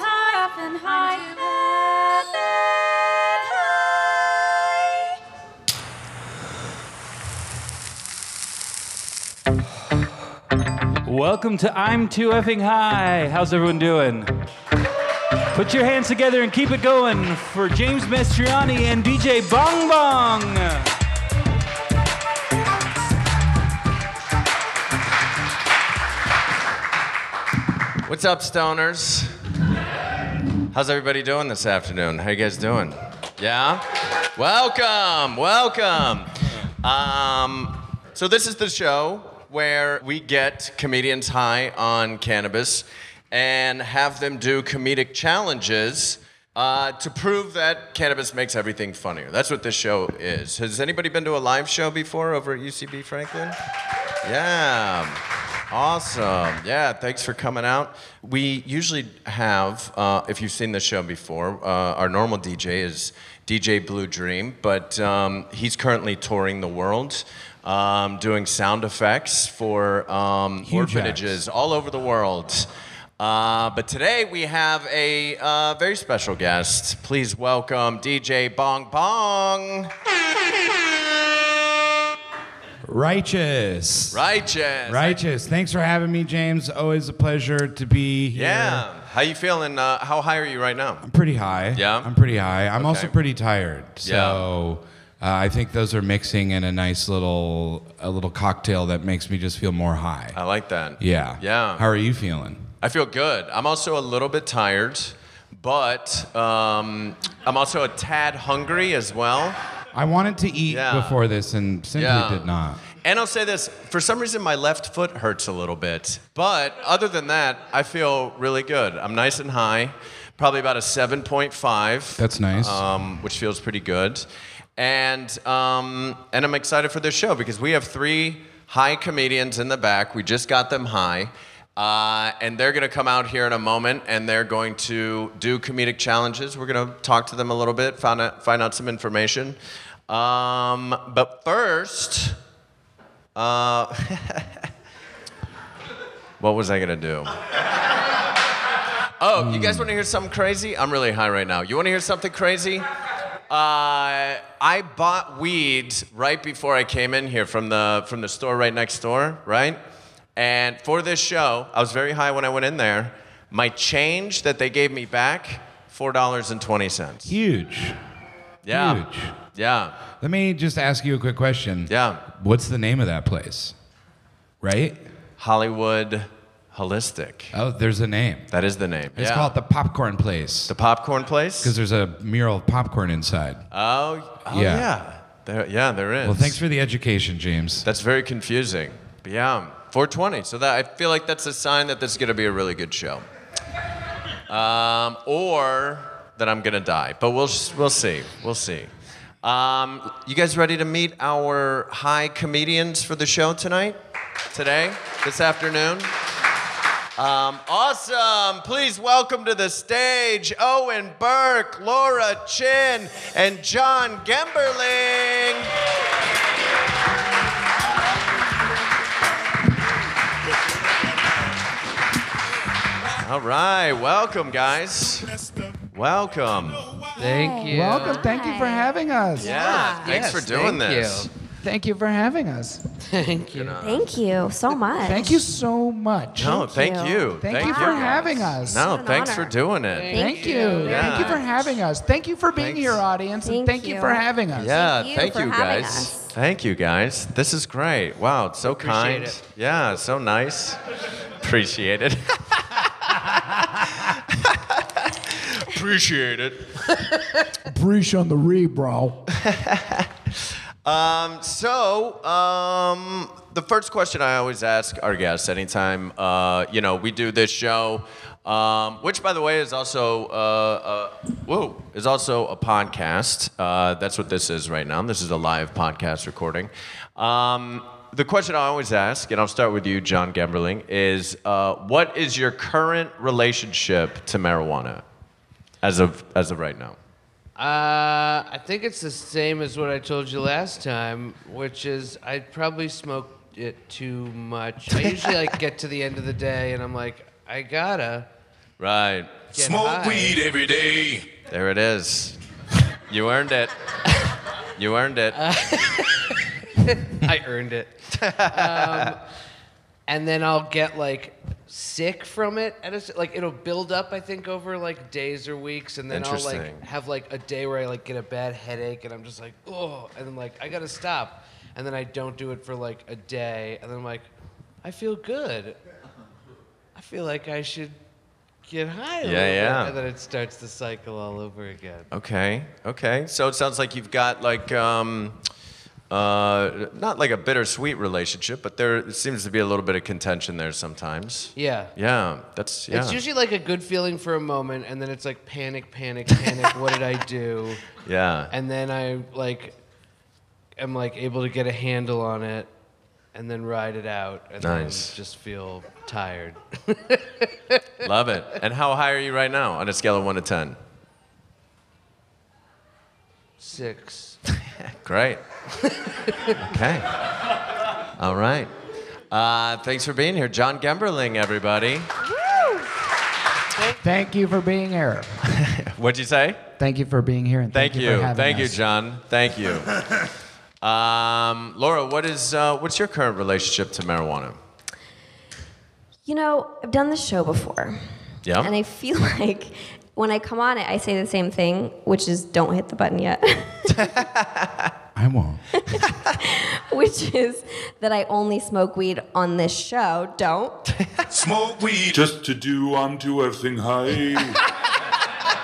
and high, up and high. Welcome to I'm Too Effing High. How's everyone doing? Put your hands together and keep it going for James Mastriani and DJ Bong Bong. What's up, stoners? How's everybody doing this afternoon? How you guys doing? Yeah? Welcome, welcome. Um, so this is the show where we get comedians high on cannabis and have them do comedic challenges uh, to prove that cannabis makes everything funnier. That's what this show is. Has anybody been to a live show before over at UCB Franklin? Yeah. Awesome. Yeah, thanks for coming out. We usually have, uh, if you've seen the show before, uh, our normal DJ is DJ Blue Dream, but um, he's currently touring the world, um, doing sound effects for um, Huge orphanages all over the world. Uh, but today we have a uh, very special guest. Please welcome DJ Bong Bong. Righteous. Righteous. Righteous. Thanks for having me, James. Always a pleasure to be here. Yeah. How you feeling? Uh, how high are you right now? I'm pretty high. Yeah? I'm pretty high. I'm also Okay. pretty tired. So uh, I think those are mixing in a nice little a little cocktail that makes me just feel more high. I like that. yeah. Yeah. How are you feeling? I feel good. I'm also a little bit tired, but um, I'm also a tad hungry as well. I wanted to eat Yeah. before this and simply Yeah. did not. And I'll say this for some reason, my left foot hurts a little bit. But other than that, I feel really good. I'm nice and high, probably about a 7.5. That's nice. Um, which feels pretty good. And, um, and I'm excited for this show because we have three high comedians in the back. We just got them high. Uh, and they're going to come out here in a moment and they're going to do comedic challenges. We're going to talk to them a little bit, find out, find out some information. Um, but first, uh, what was I gonna do? Oh, you guys want to hear something crazy? I'm really high right now. You want to hear something crazy? Uh, I bought weed right before I came in here from the from the store right next door, right? And for this show, I was very high when I went in there. My change that they gave me back, four dollars and twenty cents. Huge. Yeah, Huge. yeah, Let me just ask you a quick question. yeah. What's the name of that place? Right? Hollywood holistic. Oh, there's a name. That is the name. It's yeah. called the Popcorn Place. The popcorn place? Because there's a mural of popcorn inside. oh, oh yeah. Yeah. There, yeah, there is. Well, thanks for the education, James. That's very confusing. But yeah, 420. So that I feel like that's a sign that this is going to be a really good show. Um, or that I'm going to die. But we'll, s- we'll see. We'll see. Um, you guys ready to meet our high comedians for the show tonight? Today? This afternoon? Um, awesome! Please welcome to the stage Owen Burke, Laura Chin, and John Gemberling. All right, welcome, guys. Welcome. Thank you. Welcome. Thank you for Hi. having us. Yeah, thanks for Yes, doing thank this. you. Thank you for having us. Thank you. Thank you so much. Thank you so much. No, Thank thank you. you. Thank you for guys. having us. No, What an thanks honor. for doing it. Thank you. Yeah. Thank you for having us. Thank you for being Thanks. here, audience, and Thank thank you. you. for having us. Yeah, Thank you thank for you, having guys. us. Thank you guys. This is great. Wow, it's so Appreciate kind. it. Yeah, so nice. Appreciate it. Appreciate it. Breach on the re, bro. So, um, the first question I always ask our guests anytime, uh, you know, we do this show, um, which, by the way, is also uh, uh, whoa, is also a podcast. Uh, that's what this is right now. This is a live podcast recording. Um, the question I always ask, and I'll start with you, John Gemberling, is uh, what is your current relationship to marijuana, as of as of right now? Uh, I think it's the same as what I told you last time, which is I probably smoked it too much. I usually like get to the end of the day and I'm like, I gotta. Right. Get Smoke high. weed every day. There it is. You earned it. You earned it. I earned it. um, and then I'll get like sick from it. And it's like it'll build up, I think, over like days or weeks, and then I'll like Interesting. have like a day where I like get a bad headache, and I'm just like, oh, and then like I gotta stop, and then I don't do it for like a day, and then I'm like, I feel good. I feel like I should get high. A little bit," yeah. And then it starts the cycle all over again. Okay. Okay. So it sounds like you've got like um, uh, not like a bittersweet relationship, but there seems to be a little bit of contention there sometimes. Yeah. Yeah. That's yeah. It's usually like a good feeling for a moment, and then it's like panic, panic, panic. what did I do? yeah. And then I like am like able to get a handle on it, and then ride it out, and Nice. then just feel tired. Love it. And how high are you right now on a scale of one to ten? Six. Great. okay. All right. Uh, thanks for being here, John Gemberling, everybody. Thank you for being here. What'd you say? Thank you for being here. And Thank, thank, you. for having Thank you, us. John. Thank you. um, Laura, what is uh, what's your current relationship to marijuana? You know, I've done this show before. Uh-huh. Yeah. And I feel like when I come on it, I say the same thing, which is don't hit the button yet, I won't. which is that I only smoke weed on this show. Don't. Smoke weed. Just to do unto everything high.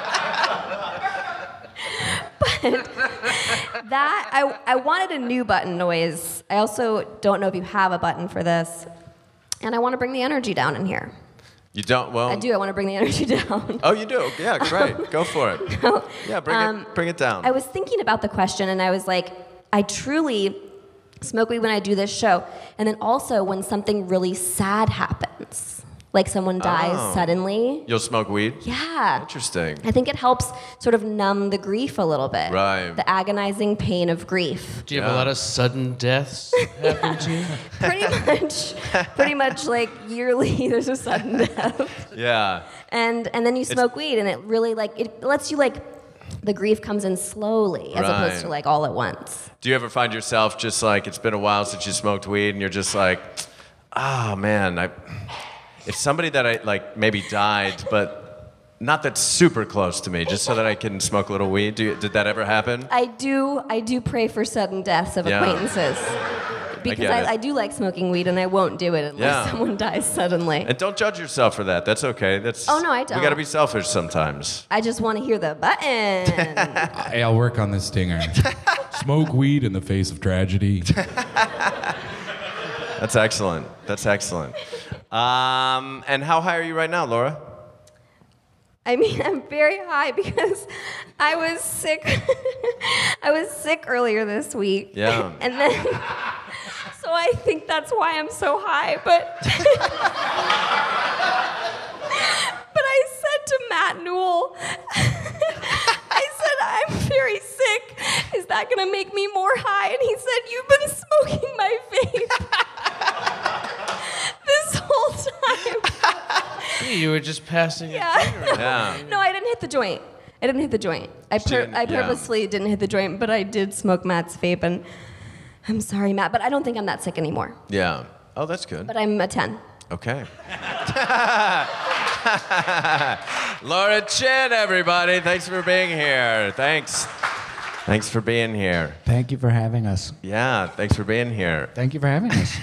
That I, I wanted a new button noise. I also don't know if you have a button for this. And I want to bring the energy down in here. you don't. Well, I do. I want to bring the energy down. Oh, you do. Yeah, great. Go for it. yeah, bring Um, it. Bring it down. I was thinking about the question and I was like, I truly smoke weed when I do this show. And then also when something really sad happens, like someone dies Oh. suddenly. You'll smoke weed. Yeah. Interesting. I think it helps sort of numb the grief a little bit. Right. The agonizing pain of grief. Do you have a lot of sudden deaths? Pretty much, pretty much like yearly, there's a sudden death. Yeah. and and then you smoke weed and it really like it lets you like the grief comes in slowly as Right. opposed to like all at once Do you ever find yourself just like it's been a while since you smoked weed, and you're just like, oh man, I, if somebody that I like maybe died, but not that's super close to me, just so that I can smoke a little weed. Do you, did that ever happen? i do i do pray for sudden deaths of Yeah. acquaintances because get I, it. I, do like smoking weed and i won't do it unless Yeah. someone dies suddenly And don't judge yourself for that. That's okay. That's Oh, no, I We don't. gotta be selfish sometimes. i just want to hear the button Hey, I'll work on this stinger. Smoke weed in the face of tragedy. That's excellent. That's excellent. Um, and how high are you right now, Laura? I mean, I'm very high because I was sick. I was sick earlier this week. Yeah. And then, so I think that's why I'm so high. But, but I said to Matt Newell, I said, I'm very sick. Is that going to make me more high? And he said, You've been smoking my vape this whole time. you were just passing. it. Yeah. Yeah. no, I didn't hit the joint. I didn't hit the joint. I, pur- didn't- I yeah. purposely didn't hit the joint, but I did smoke Matt's vape, and I'm sorry, Matt, but I don't think I'm that sick anymore. Yeah. Oh, that's good. But I'm a 10. Okay. Laura Chin, everybody. Thanks for being here. Thanks. Thanks for being here. Thank you for having us. Yeah, thanks for being here. Thank you for having us.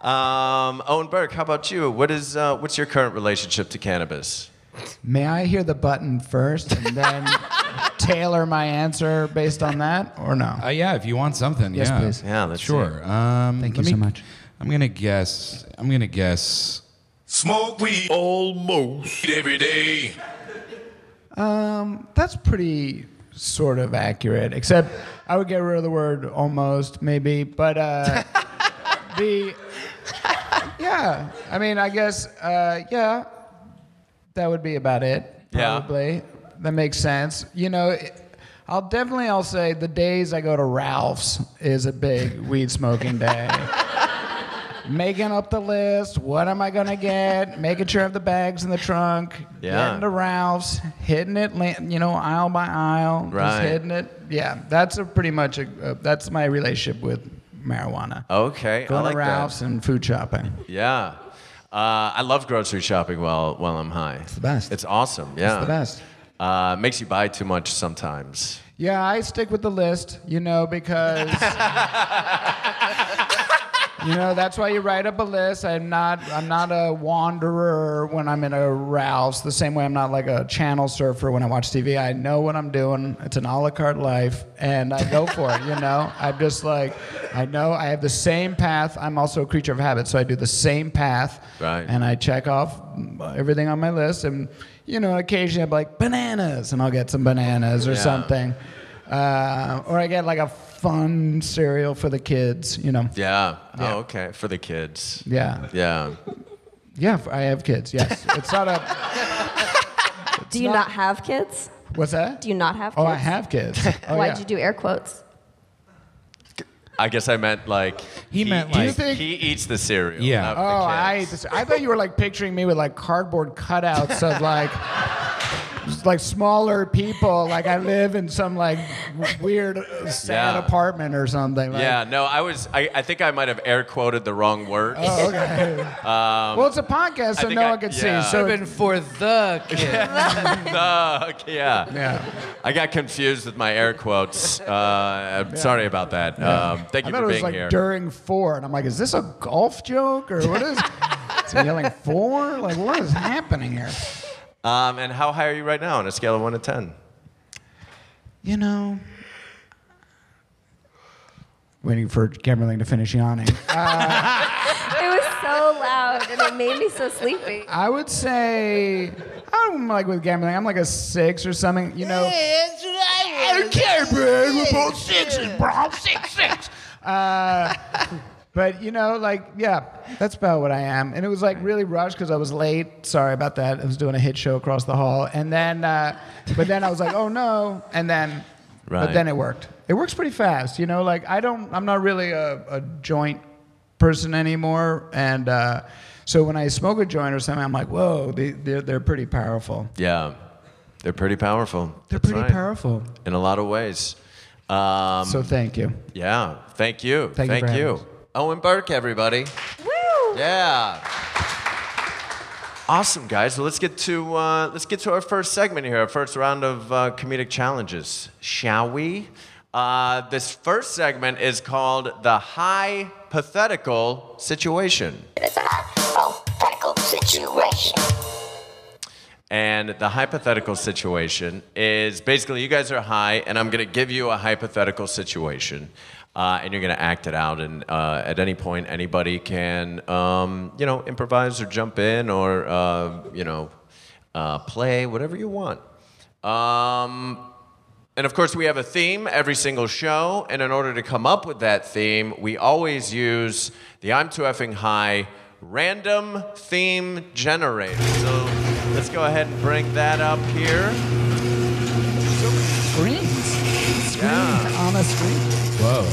Um, Owen Burke, how about you? What is uh, what's your current relationship to cannabis? May I hear the button first and then tailor my answer based on that, or no? Uh, yeah, if you want something. Yes, yeah. please. Yeah, let's sure. Um, Thank let you so much. I'm gonna guess. I'm gonna guess. Smoke weed almost every day. Um, that's pretty sort of accurate, except I would get rid of the word almost, maybe. But uh, the yeah, I mean, I guess uh, yeah, that would be about it. Yeah. Probably that makes sense. You know. It, I'll definitely I'll say the days I go to Ralph's is a big weed smoking day. making up the list. What am I gonna get? Making sure I have the bags in the trunk. Yeah. Getting to Ralph's, hitting it, la- you know, aisle by aisle, Right. just hitting it. Yeah, that's a pretty much a, uh, that's my relationship with marijuana. Okay, Oh, I Going like to Ralph's that. and food shopping. Yeah. Uh, I love grocery shopping while while I'm high. It's the best. It's awesome. Yeah. the best. Uh, makes you buy too much sometimes. Yeah, I stick with the list, you know, because. You know that's why you write up a list. I'm not. I'm not a wanderer when I'm in a Ralph's. The same way I'm not like a channel surfer when I watch TV. I know what I'm doing. It's an a la carte life, and I go for it. You know, I'm just like, I know I have the same path. I'm also a creature of habit, so I do the same path. Right. And I check off everything on my list, and you know, occasionally I'm like bananas, and I'll get some bananas or Yeah. something, uh, or I get like a fun cereal for the kids. You know. Yeah. Oh, okay. For the kids. Yeah. Yeah. Yeah, I have kids. Yes, it's not a. Do you not have kids? What's that? Do you not have oh, kids? I have kids. Oh, Why'd yeah. you do air quotes? I guess I meant like He meant Do you like. think? he eats the cereal. Yeah. not the oh, I ate kids. this. I thought you were like picturing me with like cardboard cutouts of like. just, Like smaller people, like I live in some like w- weird, uh, sad Yeah. apartment or something. Like, Yeah, no, I was. I, I think I might have air quoted the wrong word. Oh, okay. well, it's a podcast, so think no I- one can yeah. see. Should So have been for the kid. Fuck, yeah. yeah, I got confused with my air quotes. Uh, I'm sorry about that. Um, thank I you thought for it was being like here. during four, and I'm like, is this a golf joke or what is? it's yelling four. Like, what is happening here? Um, and how high are you right now on a scale of one to ten? you know, waiting for Kimberly to finish yawning. It was so loud and it made me so sleepy. I would say I'm like with Kimberly. I'm like a six or something. You know. okay, bro. We're both sixes, bro. I'm six six. Uh, but you know, like yeah, that's about what I am. And it was like really rushed because I was late. Sorry about that. I was doing a hit show across the hall, and then uh, but then I was like, oh no, and then Right. but then it worked. It works pretty fast, you know. Like I don't, I'm not really a, a joint person anymore, and uh, so when I smoke a joint or something, I'm like, whoa, they, they're they're pretty powerful. Yeah, they're pretty powerful. They're That's pretty right. powerful. in a lot of ways. Um, So thank you. yeah, thank you. Thank you for having us. Owen Burke, everybody. Woo! Yeah. Awesome, guys. Well, let's get to uh, let's get to our first segment here, our first round of uh, comedic challenges, shall we? Uh, this first segment is called the hypothetical situation, It's a hypothetical situation. and the hypothetical situation is basically you guys are high, and I'm gonna give you a hypothetical situation, uh, and you're gonna act it out. And uh, at any point, anybody can um, you know improvise or jump in or uh, you know uh, play whatever you want. Um, and of course, we have a theme every single show. And in order to come up with that theme, we always use the I'm Too Effing High random theme generator. So let's go ahead and bring that up here. Screens. Screens Yeah. on a screen. Whoa.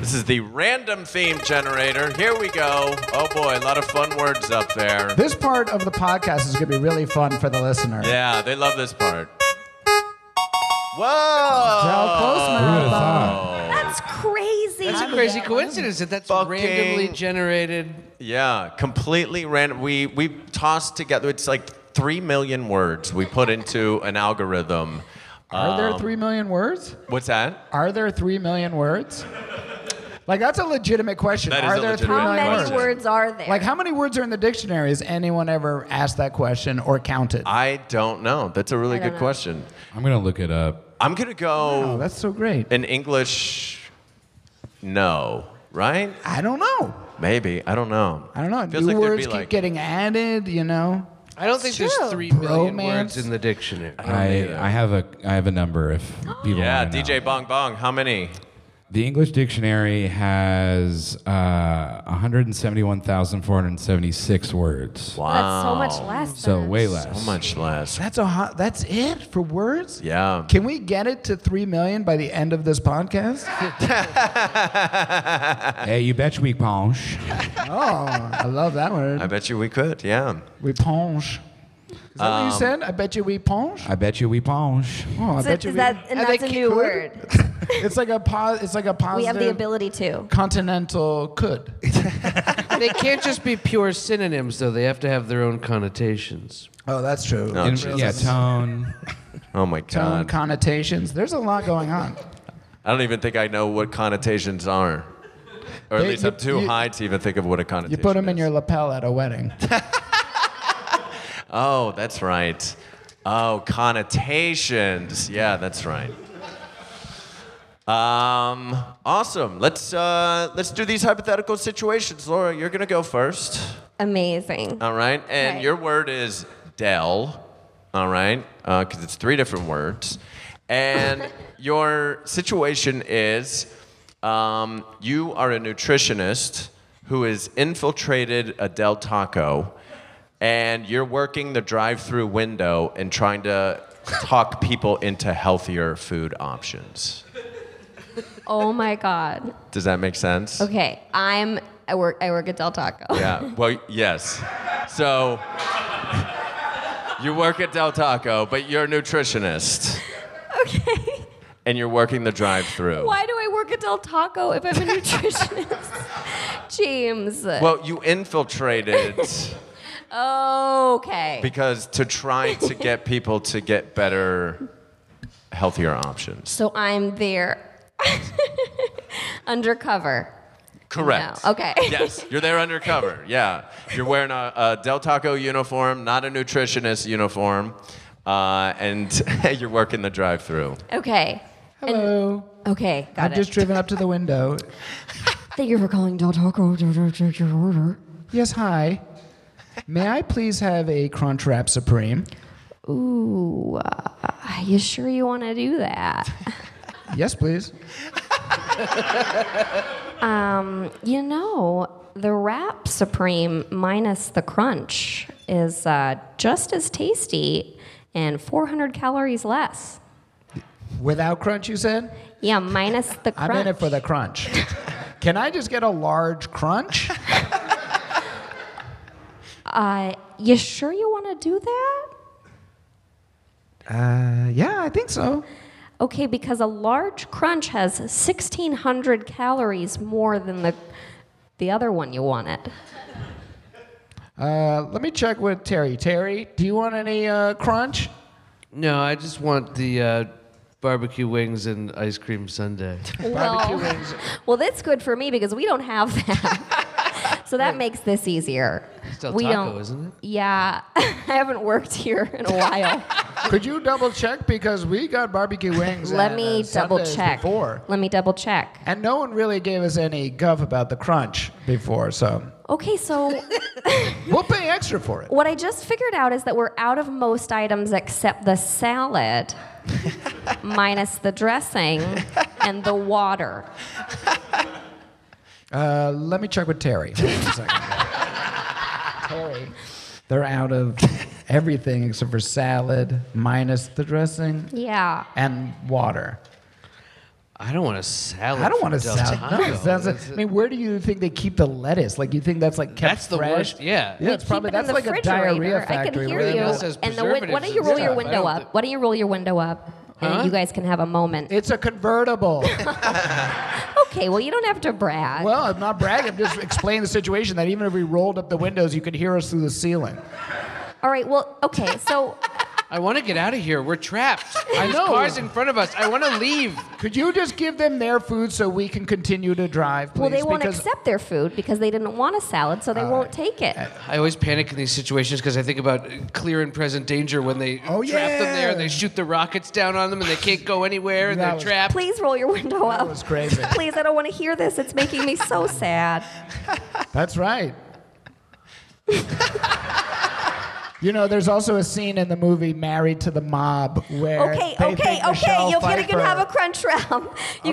This is the random theme generator. Here we go. Oh boy, a lot of fun words up there. This part of the podcast is going to be really fun for the listener. Yeah, they love this part. Whoa! Oh. How close, Who would have Martha? thought? That's crazy. That's a crazy coincidence that that's Fucking- randomly generated. Yeah, completely random. We we tossed together. It's like three million words we put into an algorithm. Are Um, there three million words? What's that? Are there three million words? Like that's a legitimate question. That is are a there three legitimate How million many question. words? words are there? Like how many words are in the dictionary? Has anyone ever asked that question or counted? I don't know. That's a really I don't good know. question. I'm gonna look it up. I'm gonna oh, go that's so great. in English. No, right? I don't know. Maybe I don't know. Oh, I don't know. Feels New like there'd words be keep like getting added. You know. I don't think true. there's three million Bromance. words in the dictionary. I, I have a I have a number if people yeah. wanna know. DJ Bong Bong. How many? The English dictionary has uh, 171,476 words. That's so Oh. much less. So than way less. How much less? That's a hot, that's it for words? Yeah. Can we get it to 3 million by the end of this podcast? Hey, you bet you we punch. Oh, I love that I word. bet you we could. Yeah. We ponche. Is that what you said? I bet you we ponche? I bet you we punch. Oh, I Is, bet it, you is we- that, and I that's a think new could. word. It's like a po- it's like a positive We have the ability to. continental could. they can't just be pure synonyms, though. They have to have their own connotations. Oh, that's true. Oh, In- Jesus. yeah, tone. Oh my Tone God. connotations. There's a lot going on. I don't even think I know what connotations are. Or at They- least you- I'm too you- high to even think of what a connotation You put them in is. your lapel at a wedding. Oh, that's right. Oh, connotations. Yeah, that's right. Um, awesome. Let's uh, let's do these hypothetical situations. Laura, you're gonna go first. Amazing. All right. And Right. your word is Dell. All right. Because it's three different words. And your situation is um, you are a nutritionist who has infiltrated a Del Taco and you're working the drive through window and trying to talk people into healthier food options. Oh my God. Does that make sense? Okay, I'm. I work. I work at Del Taco. Yeah. Well, yes. So you work at Del Taco, but you're a nutritionist Okay. and you're working the drive-through. Why do I work at Del Taco if I'm a nutritionist? James. Well, you infiltrated okay. because to try to get people to get better, healthier options. so I'm there. Undercover. Correct. No, okay. Yes, you're there undercover. Yeah, you're wearing a, a Del Taco uniform, not a nutritionist uniform, uh, and you're working the drive-through. Okay. Hello. Okay. Got I've it. just driven up to the window. Thank you for calling Del Taco. Check your order. Yes, hi. May I please have a Crunch Wrap Supreme? Ooh. Uh, are you sure you want to do that? Yes, please. You know, the wrap supreme minus the crunch is uh, just as tasty and 400 calories less. Without crunch, you said? Yeah, minus the crunch. I'm in it for the crunch. Can I just get a large crunch? Uh, you sure you want to do that? Uh, yeah, I think so. Okay, because a large crunch has 1,600 calories more than the the other one you wanted. Uh, let me check with Terry. Terry, do you want any uh, crunch? No, I just want the uh, barbecue wings and ice cream sundae. Well, well, that's good for me because we don't have that. so that makes this easier. Del we Taco, don't, isn't it? Yeah, I haven't worked here in a while. Could you double check because we got barbecue wings. Let and, me uh, double Sundays check. Before. Let me double check. And no one really gave us any guff about the crunch before, so Okay, so we'll pay extra for it. what I just figured out is that we're out of most items except the salad, minus the dressing and the water. Uh, let me check with Terry. Hold on a second. Terry, they're out of everything except for salad, minus the dressing Yeah. and water. I don't want a salad. I don't from want a Del salad. Taco. No, it sounds like- That's- I mean, where do you think they keep the lettuce? Like, you think that's like kept That's the fresh? worst, yeah. yeah, We it's probably keep it in that's the like a diarrhea refrigerator. I factory. can hear where they Everything you. go- else has And the, win- why preservatives don't you and roll your stuff. I window don't up? thi- Why don't you roll your window up? Huh? And you guys can have a moment. It's a convertible. okay, well, you don't have to brag. well, I'm not bragging. I'm just explaining the situation that even if we rolled up the windows, you could hear us through the ceiling. All right, well, okay, so I want to get out of here. We're trapped. I know. know. Cars in front of us. I want to leave. Could you just give them their food so we can continue to drive, please? Well, they won't Because- Uh, accept their food because they didn't want a salad, so they won't take it. I always panic in these situations because I think about uh, clear and present danger when they Oh, trap them there yeah. and they shoot the rockets down on them and they can't go anywhere and That they're was- trapped. Please roll your window up. was crazy. Please, I don't want to hear this. It's making me so sad. That's right. You know, there's also a scene in the movie Married to the Mob where Okay, they okay, think okay. Michelle You're gonna, Pfeiffer- gonna have a crunch round. You're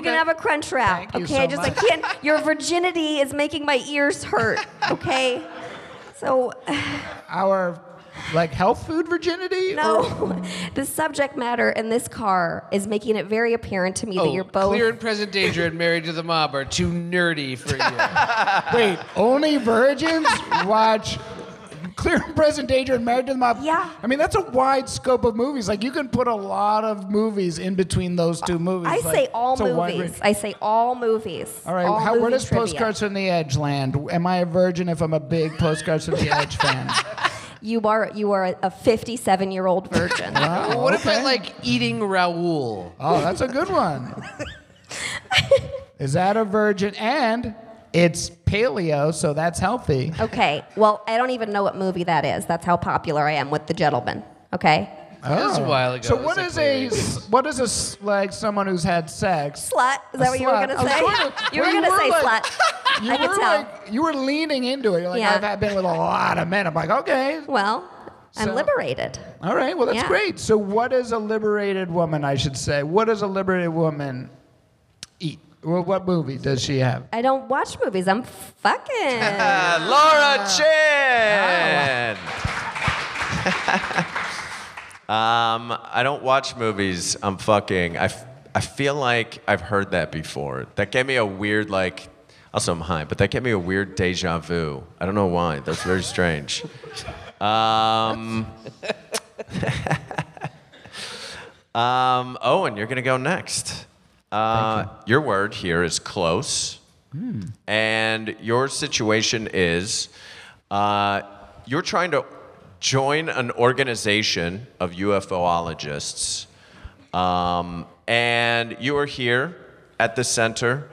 Okay. gonna have a crunch round. Thank you okay, so I just much. I can't. Your virginity is making my ears hurt. Okay, so our like health food virginity. Or, no, the subject matter in this car is making it very apparent to me Oh, that you're both. Oh, Clear and Present Danger and Married to the Mob are too nerdy for you. wait, only virgins watch. Clear and Present Danger and Married to the Mob. Yeah. I mean, that's a wide scope of movies. Like, you can put a lot of movies in between those two movies. I Like, say all it's a wide movies. range. I say all movies. All right, all how, where movie does trivia. Postcards from the Edge land? Am I a virgin if I'm a big Postcards from the Edge fan? You are you are a 57 year old virgin. Wow, What if I okay. like eating Raoul? Oh, that's a good one. Is that a virgin? And it's paleo, so that's healthy. okay, well I don't even know what movie that is. That's how popular I am with the gentleman. Okay, That was a while Oh. ago. So It was what like is late a s- what is a s- like someone who's had sex? slut. Is that A what you were slut. gonna I was say? sort of- you were well, gonna say like- slut. You I were could tell. like you were leaning into it. You're like Yeah. I've had been with a lot of men. I'm like okay, well, I'm So- liberated. all right, well that's Yeah. great. So what is a liberated woman? I should say. What does a liberated woman eat? Well, what movie does she have? I don't watch movies. I'm fucking. Uh, Laura Chen. um, I don't watch movies. I'm fucking. I, f- I feel like I've heard that before. That gave me a weird like. Also, I'm high, but that gave me a weird deja vu. I don't know why. That's very strange. Um, um, Owen, you're gonna go next. Uh, your word here is close and your situation is uh, you're trying to join an organization of UFOologists, um, and you are here at the center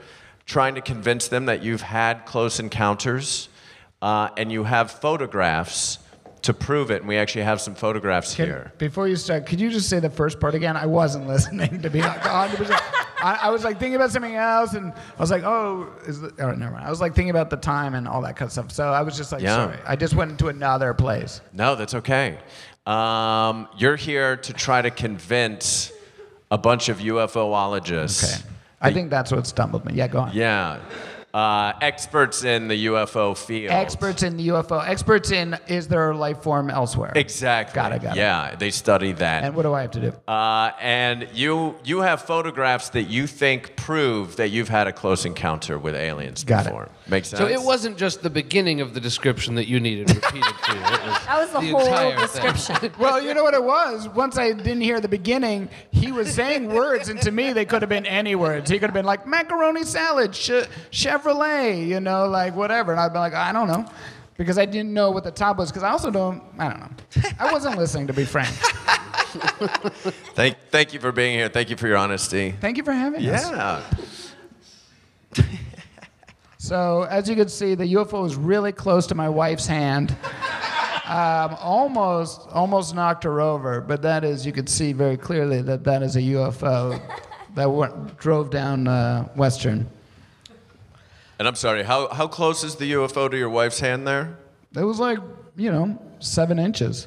trying to convince them that you've had close encounters uh, and you have photographs to prove it. And we actually have some photographs Can- here. Before you start, could you just say the first part again? I wasn't listening to be like 100%. I, I was like thinking about something else, and I was like, oh, is the, all right, never mind. I was like thinking about the time and all that kind of stuff. So I was just like, Yeah. sorry. I just went into another place. No, that's okay. Um, you're here to try to convince a bunch of UFOologists. Okay. I think that's what stumbled me. Yeah, go on. Yeah. Uh, experts in the UFO field. Experts in the UFO. Experts in is there a life form elsewhere? Exactly. Got it, got it. Yeah, they study that. And what do I have to do? uh, and you you have photographs that you think prove that you've had a close encounter with aliens Got it. before. Makes sense. So it wasn't just the beginning of the description that you needed repeated to you. It was That was the, the whole entire thing. description. Well, you know what it was? Once I didn't hear the beginning, he was saying words, and to me, they could have been any words. He could have been like macaroni salad, sh- Chevrolet, you know, like whatever. And I'd be like, I don't know. Because I didn't know what the top was, because I also don't, I don't know. I wasn't listening, to be frank. Thank thank you for being here. Thank you for your honesty. Thank you for having us. Yeah. So, as you can see, the UFO was really close to my wife's hand. Um, almost, almost knocked her over. But that is, you could see very clearly that that is a UFO that went, drove down uh, Western. And I'm sorry. How how close is the UFO to your wife's hand there? It was like, you know, seven inches.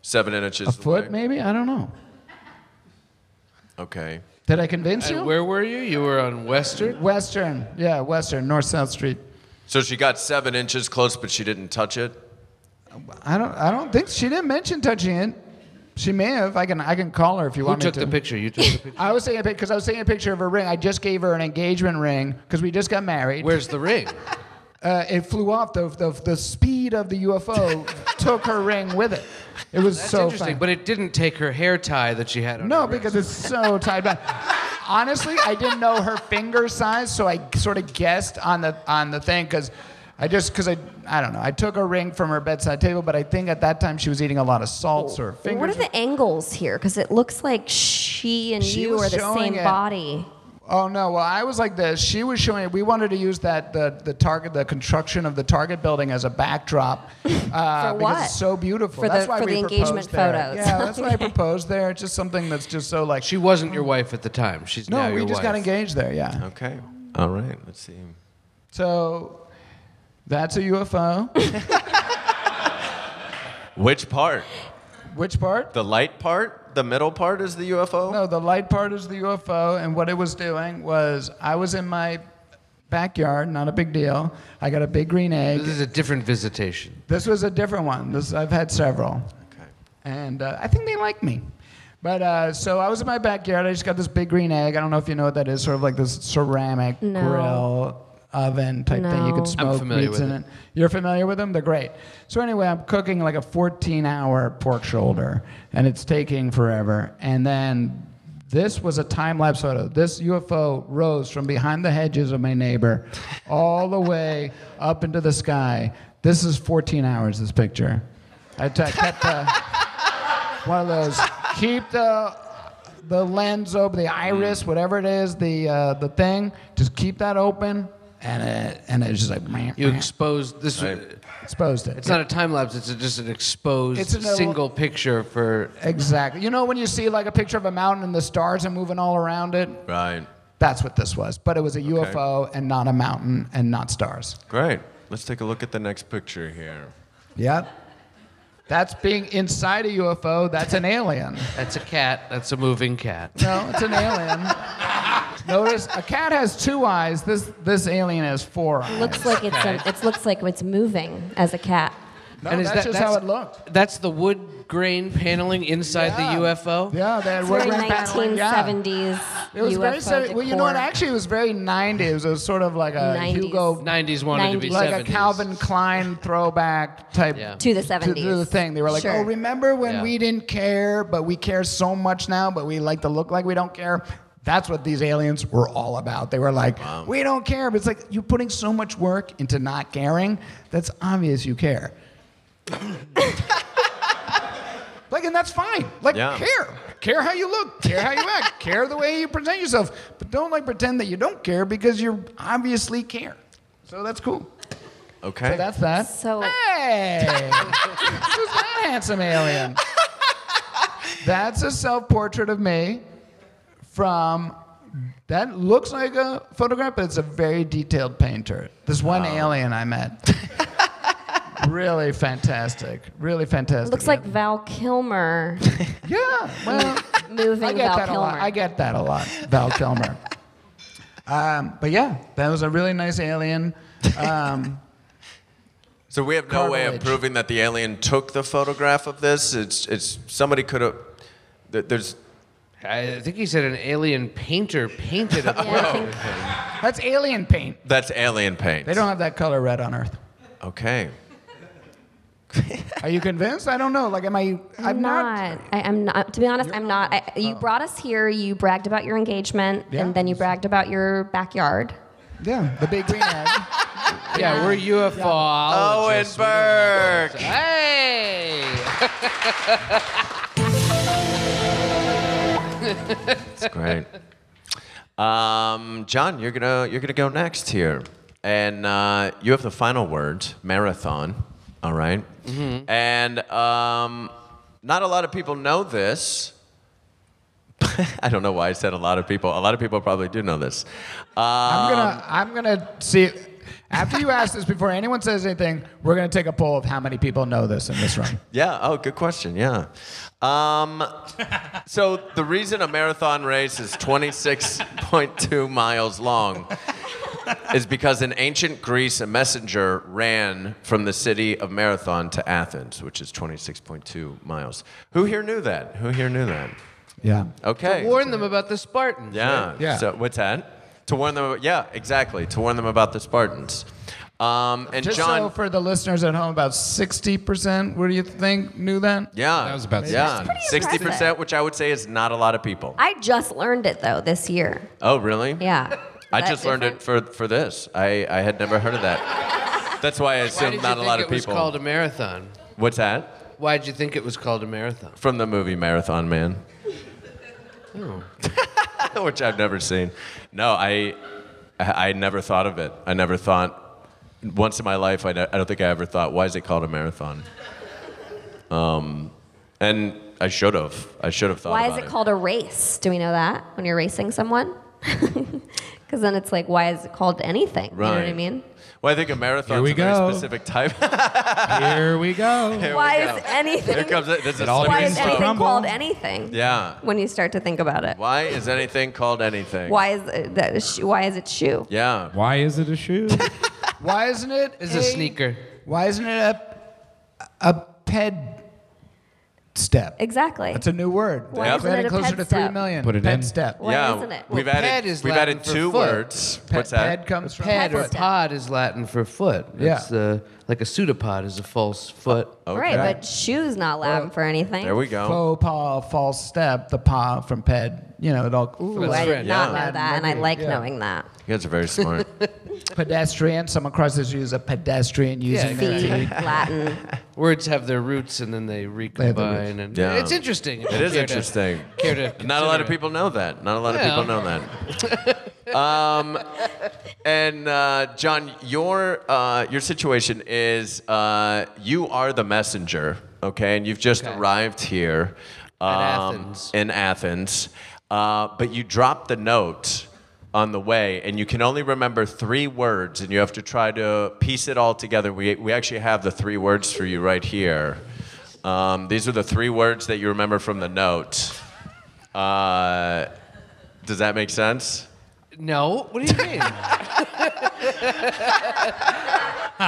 Seven inches. A away? foot, maybe? I don't know. Okay. Did I convince you? And where were you? You were on Western. Western. Yeah, Western, North South Street. So she got seven inches close, but she didn't touch it. I don't I don't think she didn't mention touching it. She may have. I can I can call her if you Who want took me to. the picture? You took the picture. I was taking a because I was taking a picture of her ring. I just gave her an engagement ring because we just got married. Where's the ring? Uh, it flew off. The, the the speed of the UFO took her ring with it. It was That's so interesting, fun. but it didn't take her hair tie that she had on. No, her wrist. because it's so tied back. Honestly, I didn't know her finger size, so I sort of guessed on the on the thing because I just because I I don't know. I took a ring from her bedside table, but I think at that time she was eating a lot of salts or fingers. What are the angles here? Because it looks like she and She you was are the showing same it. body. Oh no! Well, I was like this. She was showing. We wanted to use that the the target the construction of the target building as a backdrop uh, For because what? it's so beautiful. For the- that's why for we the proposed engagement there. photos. Yeah, that's why I proposed there. It's just something that's just so like she wasn't your wife at the time. She's No, now we your just wife. got engaged there. Yeah. Okay. All right. Let's see. So that's a UFO. Which part? Which part? The light part? The middle part is the UFO? No, the light part is the UFO, and what it was doing was I was in my backyard, not a big deal. I got a big green egg. This is a different visitation. This was a different one. This I've had several. Okay. And uh, I think they like me. But uh, so I was in my backyard. I just got this big green egg. I don't know if you know what that is. Sort of like this ceramic No. grill oven type thing. You No. I'm could smoke familiar meats with in it. it. You're familiar with them? They're great. So anyway, I'm cooking like a 14-hour pork shoulder, and it's taking forever. And then this was a time-lapse photo. This UFO rose from behind the hedges of my neighbor, all the way up into the sky. This is 14 hours. This picture. I t- kept uh, one of those. Keep the the lens open, the Mm. iris, whatever it is, the uh, the thing. Just keep that open, and it and it's just like meh, You meh. exposed this. exposed it. It's not a time lapse. It's a, just an exposed It's an- single picture for. exactly. You know when you see like a picture of a mountain and the stars are moving all around it. Right. That's what this was, but it was a UFO and not a mountain and not stars. Great. Let's take a look at the next picture here. Yep. That's being inside a UFO. That's an alien. That's a cat. That's a moving cat. No, it's an alien. Notice a cat has two eyes. This this alien has four eyes. Looks like it's um, it looks like it's moving as a cat. no, And is that's that- just that's- how it looked. That's the wood grain paneling inside Yeah. the UFO. Yeah, they had It's wood very grain paneling, yeah. 1970s It was UFO very seventy- well, you know what? decor. Actually, it was very '90s. It was sort of like a 90s. Hugo, 90s wanted to be 90s. like 70s. a Calvin Klein throwback type. Yeah. to the To, 70s. to the thing, they were like, Sure. "Oh, remember when Yeah. we didn't care, but we care so much now, but we like to look like we don't care." That's what these aliens were all about. They were like, "We don't care," but it's like you're putting so much work into not caring. That's obvious you care. Like, and that's fine. Like, Yeah. care. Care how you look. Care how you act. care the way you present yourself. But don't, like, pretend that you don't care because you obviously care. So that's cool. Okay. So that's that. So- Hey! Who's that handsome alien? That's a self portrait of me from. That looks like a photograph, but it's a very detailed painter. This one alien I met. really fantastic. Really fantastic. looks like Val Kilmer Yeah. Well, moving I get Val that a Kilmer. lot. I get that a lot, Val Kilmer. um, but yeah, that was a really nice alien. Um, So we have no way of Cartilage. proving that the alien took the photograph of this. It's it's somebody could have. th- There's I think he said an alien painter painted a Yeah, I photo. think- that's alien paint. that's alien paint. They don't have that color red on Earth. Okay. Are you convinced? I don't know. Like, am I? I'm not. I, I'm not. To be honest, I'm not. I, you brought us here. You bragged about your engagement, Oh. Yeah. and then you bragged about your backyard. Yeah, the big green egg. Yeah, we're UFO. Owen Burke. Hey! That's great. Um, John, you're gonna you're gonna go next here, and uh, you have the final word. Marathon, all right? And um, not a lot of people know this. I don't know why I said a lot of people. A lot of people probably do know this. Uh, I'm Um, gonna. I'm gonna see. After you ask this, before anyone says anything, we're gonna take a poll of how many people know this in this room. Yeah. Oh, good question. Yeah. Um, so the reason a marathon race is 26.2 miles long is because in ancient Greece, a messenger ran from the city of Marathon to Athens, which is 26.2 miles. Who here knew that? Who here knew that? Yeah. Okay. Warn them about the Spartans. Yeah. Yeah. So what's that? To warn them. Yeah, exactly. To warn them about the Spartans. Um, and Just John. so for the listeners at home, about 60%, what do you think, knew that? yeah. That was about Yeah. That's pretty 60%, which I would say is not a lot of people. I just learned it though this year. Oh, really? Yeah. I That just learned it different? for, for this. I, I had never heard of that. That's why I Why assumed did not you a think lot it of was people. called a marathon? What's that? Why'd you think it was called a marathon? From the movie Marathon Man. Oh. Which I've never seen. No, I, I I never thought of it. I never thought. Once in my life, I, don't- I don't think I ever thought, why is it called a marathon? Um, and I should have. I should have thought Why about is it called a race? Do we know that when you're racing someone? Because then it's like, why is it called anything? You know what I Right. mean? Well, I think a marathon's Here we a very go. specific type. Here we go. Here we why go. is anything? Here comes it. There's a It all why slippery is begins to slope. anything crumble. called anything? Yeah. When you start to think about it, Why is anything called anything? why is it that? a shoe- Why is it shoe? Yeah. Why is it a shoe? Why isn't it? It's a sneaker. Why isn't it a a ped step? Exactly. That's a new word. Why Yep. We're isn't adding it a closer ped to step? three million. Put it ped in. Step. Why yeah. isn't it? We've Well, ped added is we've Latin added for two foot. words. Ped, What's that? Ped comes from Ped. Ped or Footstep. pod is Latin for foot. It's Yeah. uh, like a pseudopod is a false foot. Right, but shoe's not Latin for anything. There we go. faux pas, false step. The pa from ped. You know, it all. Ooh, I did French. not Yeah. know that, and I like Yeah. knowing that. You guys are very smart. pedestrian. Someone crosses you as a pedestrian using their Feet, feet. Latin. Words have their roots and then they recombine, and Yeah. it's interesting. it is interesting. care to Not a lot of consider it. people know that. Not a lot of Yeah. people know that. um, and uh, John, your uh, your situation is uh, you are the messenger, okay, and you've just Okay. arrived here um, Athens. In Athens, uh, but you dropped the note on the way, and you can only remember three words, and you have to try to piece it all together. We we actually have the three words for you right here. Um, these are the three words that you remember from the note. Uh, does that make sense? No, what do you mean? I,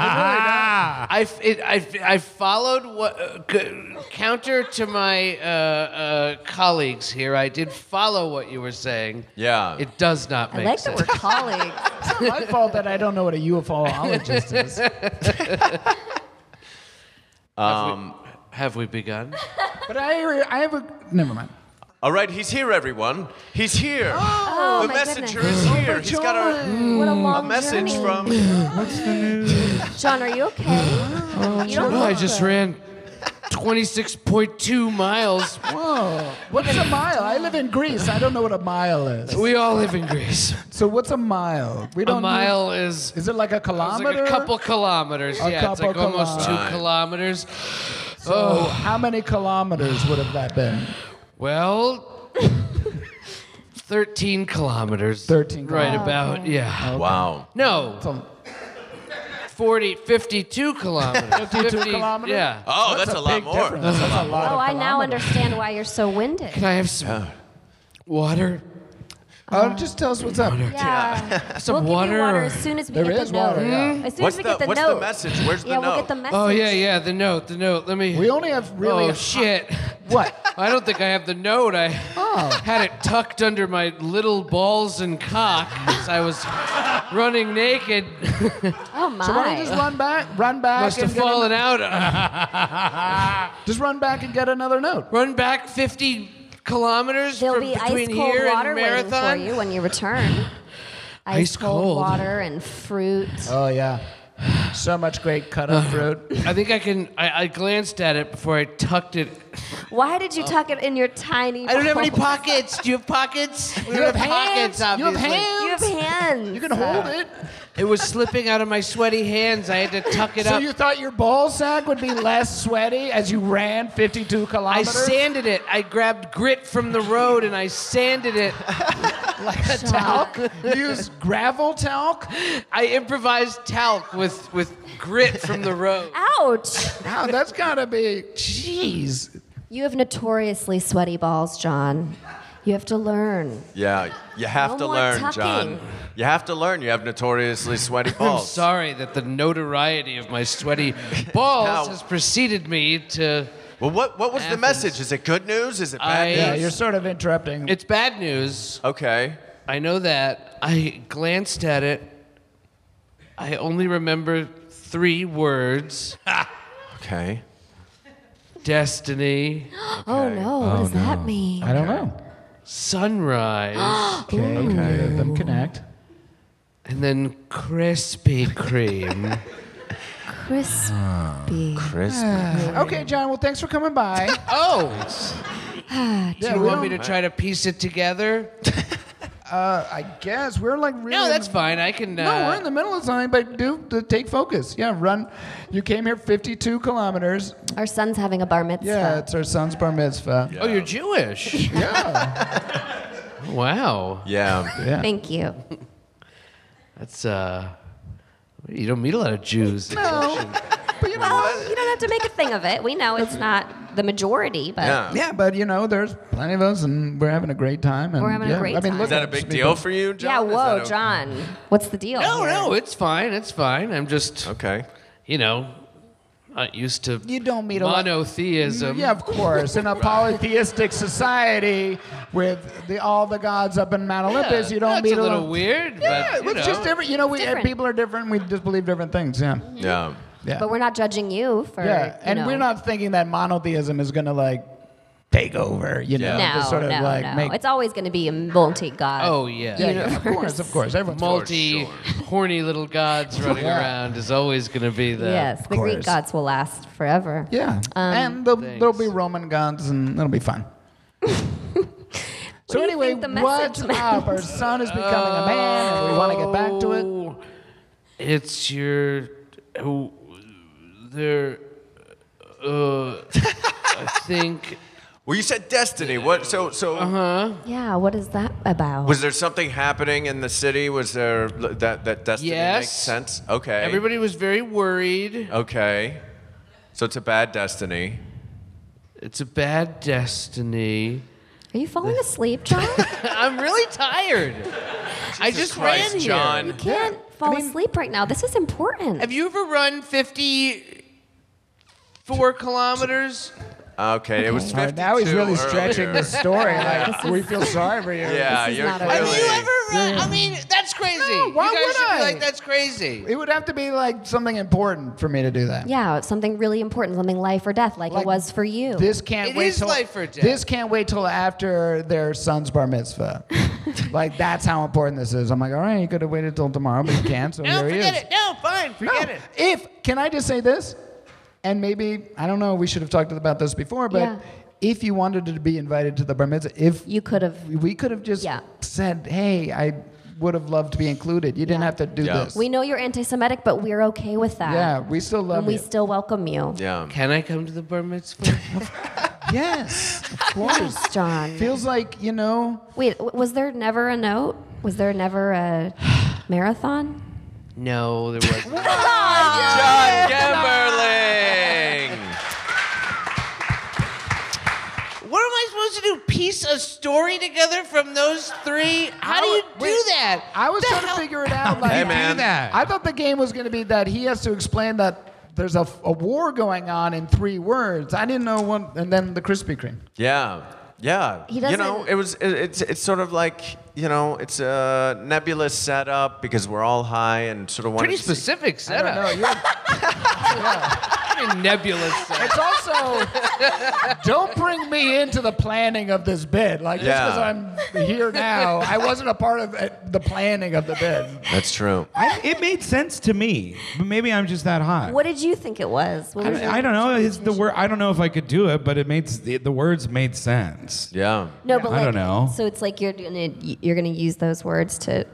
f- it, I, f- I followed what uh, c- counter to my uh, uh, colleagues here. I did follow what you were saying. Yeah. It does not I make like that sense. we're colleagues. It's not my fault that I don't know what a ufologist is. Have we begun? But I, re- I have a. Never mind. All right, he's here, everyone. He's here. Oh, the my messenger goodness. is here. He's got our, What a a long message journey. from. John, are you okay? You don't Oh, I look just good. ran 26.2 miles. Whoa. What's a mile? I live in Greece. I don't know what a mile is. We all live in Greece. So what's a mile? We A know- mile is Is it like a It's kilometer? like a couple kilometers. A yeah, it's couple like almost two kilometers. kilometers. So Oh, how many kilometers would have that been? Well, 13 kilometers. 13 Right kilometers. Oh, about, yeah. Wow. No, So, 40, 52 kilometers. 52 kilometers? Yeah. Oh, that's, a, lot big more. difference. That's a lot. Oh, of I now kilometers. understand why you're so winded. Can I have some water? Oh, just tell us what's up. Yeah. Some Uh, we'll water? give you water or- as soon as we There get is the note. water, yeah. As soon What's as we the, get the what's note. the message? Where's the yeah, note? we'll get the message. Oh, yeah, yeah, the note, the note. Let me. We only have really. oh, shit. What? I don't think I have the note. I Oh. had it tucked under my little balls and cock as I was running naked. Oh my. So why don't you just run back, run back, Must and have get an- fallen out. just run back and get another note. Run back 50 kilometers There'll from be ice between cold here water and waiting for marathon. you when you return. Ice cold. water and fruit. Oh yeah, so much great cut up fruit. I think I can. I, I glanced at it before I tucked it. Why did you tuck it in your tiny? Oh. I don't have any balls? pockets. Do you have pockets? We You have don't hands. pockets, You have hands. obviously. You have hands. You can hold it. It was slipping out of my sweaty hands. I had to tuck it So up. you thought your ball sack would be less sweaty as you ran 52 I kilometers? sanded it. I grabbed grit from the road and I sanded it. like a talc. You use gravel talc. I improvised talc with, with grit from the road. Ouch! Wow, that's gotta be. Jeez. You have notoriously sweaty balls, John. You have to learn. yeah, you have No to more learn, tucking. John. You have to learn. You have notoriously sweaty balls. I'm sorry that the notoriety of my sweaty balls No. has preceded me to. Well, what, what was the Athens. message? Is it good news? Is it bad I- news? Yeah, you're sort of interrupting. It's bad news. Okay. I know that. I glanced at it. I only remember three words Okay. destiny, Oh no! What does that mean? I don't know. sunrise, Okay, okay. Let them connect. and then Krispy Kreme. Crispy. Ah. Okay, John. Well, thanks for coming by. oh! yeah, Do you we want me to don't- try to piece it together? Uh, I guess we're like really. No, in that's the- fine. I can. Uh, No, we're in the middle of something, but do the take focus. Yeah, run. You came here 52 kilometers. Our son's having a bar mitzvah. Yeah, it's our son's bar mitzvah. Oh, you're Jewish. Yeah. Wow. Yeah. Thank you. That's, uh, you don't meet a lot of Jews. Well, you don't have to make a thing of it. We know it's not the majority, but Yeah. Yeah, but you know, there's plenty of us, and we're having a great time. And We're having a yeah, great I mean, time. Look Is that at a big us, deal people. for you, John? yeah. Is Whoa, that o- John, what's the deal? No, here? no, it's fine. It's fine. I'm Oh. just, Okay. you know, not used to You don't meet a lot- monotheism. Yeah, of course. In a polytheistic society with the all the gods up in Mount Olympus, you don't that's meet a little lot- weird. Yeah, but, you it's just know. different. You know, we different. Mm-hmm. people are different. We just believe different things. Yeah, Yeah. yeah, But we're not judging you for. yeah. you And know. we're not thinking that monotheism is gonna like take over. You know, No, just sort of no, like no. make. it's always going to be a multi-god. Oh yeah. yeah, yeah, of course, of course. Everyone's Multi horny little gods running Yeah. around is always going to be the. yes, the Greek course. gods will last forever. Yeah, and there'll, there'll be Roman guns, and it'll be fun. so do you anyway, uh, think the message what's meant? up? Our son is becoming a man, and we want to get back to it. Oh, It's your. Oh, there. Uh, I think. Well, you said destiny. What? So, so Uh-huh. Yeah, what is that about? was there something happening in the city? Was there that that destiny makes Yes. sense? Okay. Everybody was very worried. Okay. So it's a bad destiny. It's a bad destiny. Are you falling asleep, John? I'm really tired. I just Christ, ran here. you John. can't fall asleep right now. This is important. Have you ever run 54 kilometers? Okay, it was 52 All right, now he's really stretching earlier. the story. Like we feel sorry for you. Yeah, This is you're not really. okay. Have you ever run? I mean, that's crazy. why you guys would should I? be like, that's crazy. It would have to be like something important for me to do that. yeah, something really important, something life or death, like, Like it was for you. This can't It wait is till life or death. this can't wait till after their son's bar mitzvah. like that's how important this is. I'm like, all right, you could have waited till tomorrow, but you can't. So No, here he is. forget it. No, fine, forget No, it. If can I just say this? And maybe I don't know. We should have talked about this before, but Yeah. if you wanted to be invited to the bar mitzvah, if you could have. we could have just Yeah. said, "Hey, I would have loved to be included." You didn't Yeah. have to do Yeah. this. We know you're anti-Semitic, but we're okay with that. yeah, we still love and we you. still welcome you. Yeah. Can I come to the bar mitzvah? yes, of course. Yes, John. Feels like you know. Wait, w- was there never a note? Was there never a marathon? no, there wasn't. John Gemberling! what am I supposed to do? Piece a story together from those three? How do you do Wait, that? I was The trying hell- to figure it out. Like, Hey, man. I thought the game was going to be that he has to explain that there's a, a war going on in three words. I didn't know one, and then the Krispy Kreme. Yeah. Yeah. He You know, doesn't- it was. It, it's. It's sort of like you know, it's a nebulous setup because we're all high and sort of wanted Pretty to see- specific I don't setup. know. You're- Pretty nebulous setup. It's also don't bring me into the planning of this bid. Like Yeah. just because I'm here now, I wasn't a part of it- the planning of the bid. That's true. I, it made sense to me, but maybe I'm just that hot. What did you think it was? What I, was your I don't know. It's the word. I don't know if I could do it, but it made s- the, the words made sense. Yeah. No, but I like, don't know. So it's like you're gonna you're gonna use those words to.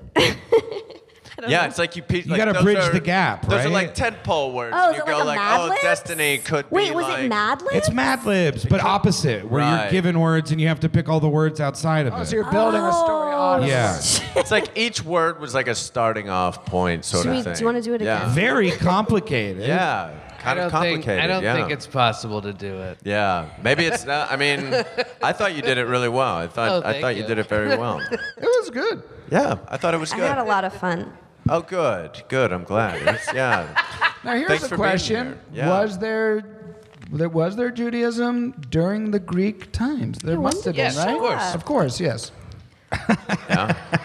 Yeah, it's like you. Pe- you gotta bridge the gap, Those are right? like tent pole words. Oh, is you it go like a like, Mad oh, Libs? destiny could Wait, be was like. it Mad Libs? It's Mad Libs, but opposite, where Right. you're given words and you have to pick all the words outside of Oh, it. so you're building a story Oh. on it. yeah, It's like each word was like a starting off point, sort Should of we- do thing. you wanna do it yeah. again? very complicated. Yeah, I kind don't of think. complicated. I don't yeah. think it's possible to do it. Yeah, maybe it's not. I mean, I thought you did it really well. I Oh, thought I thank thought you. you. did it very well. It was good. yeah, I thought it was I good. had a lot of fun. oh, good, good. I'm glad. It's- yeah, Now here's Thanks a for being question: here. Yeah. Was there there was there Judaism during the Greek times? There must have been, Yes, of right? course. Of course, yes.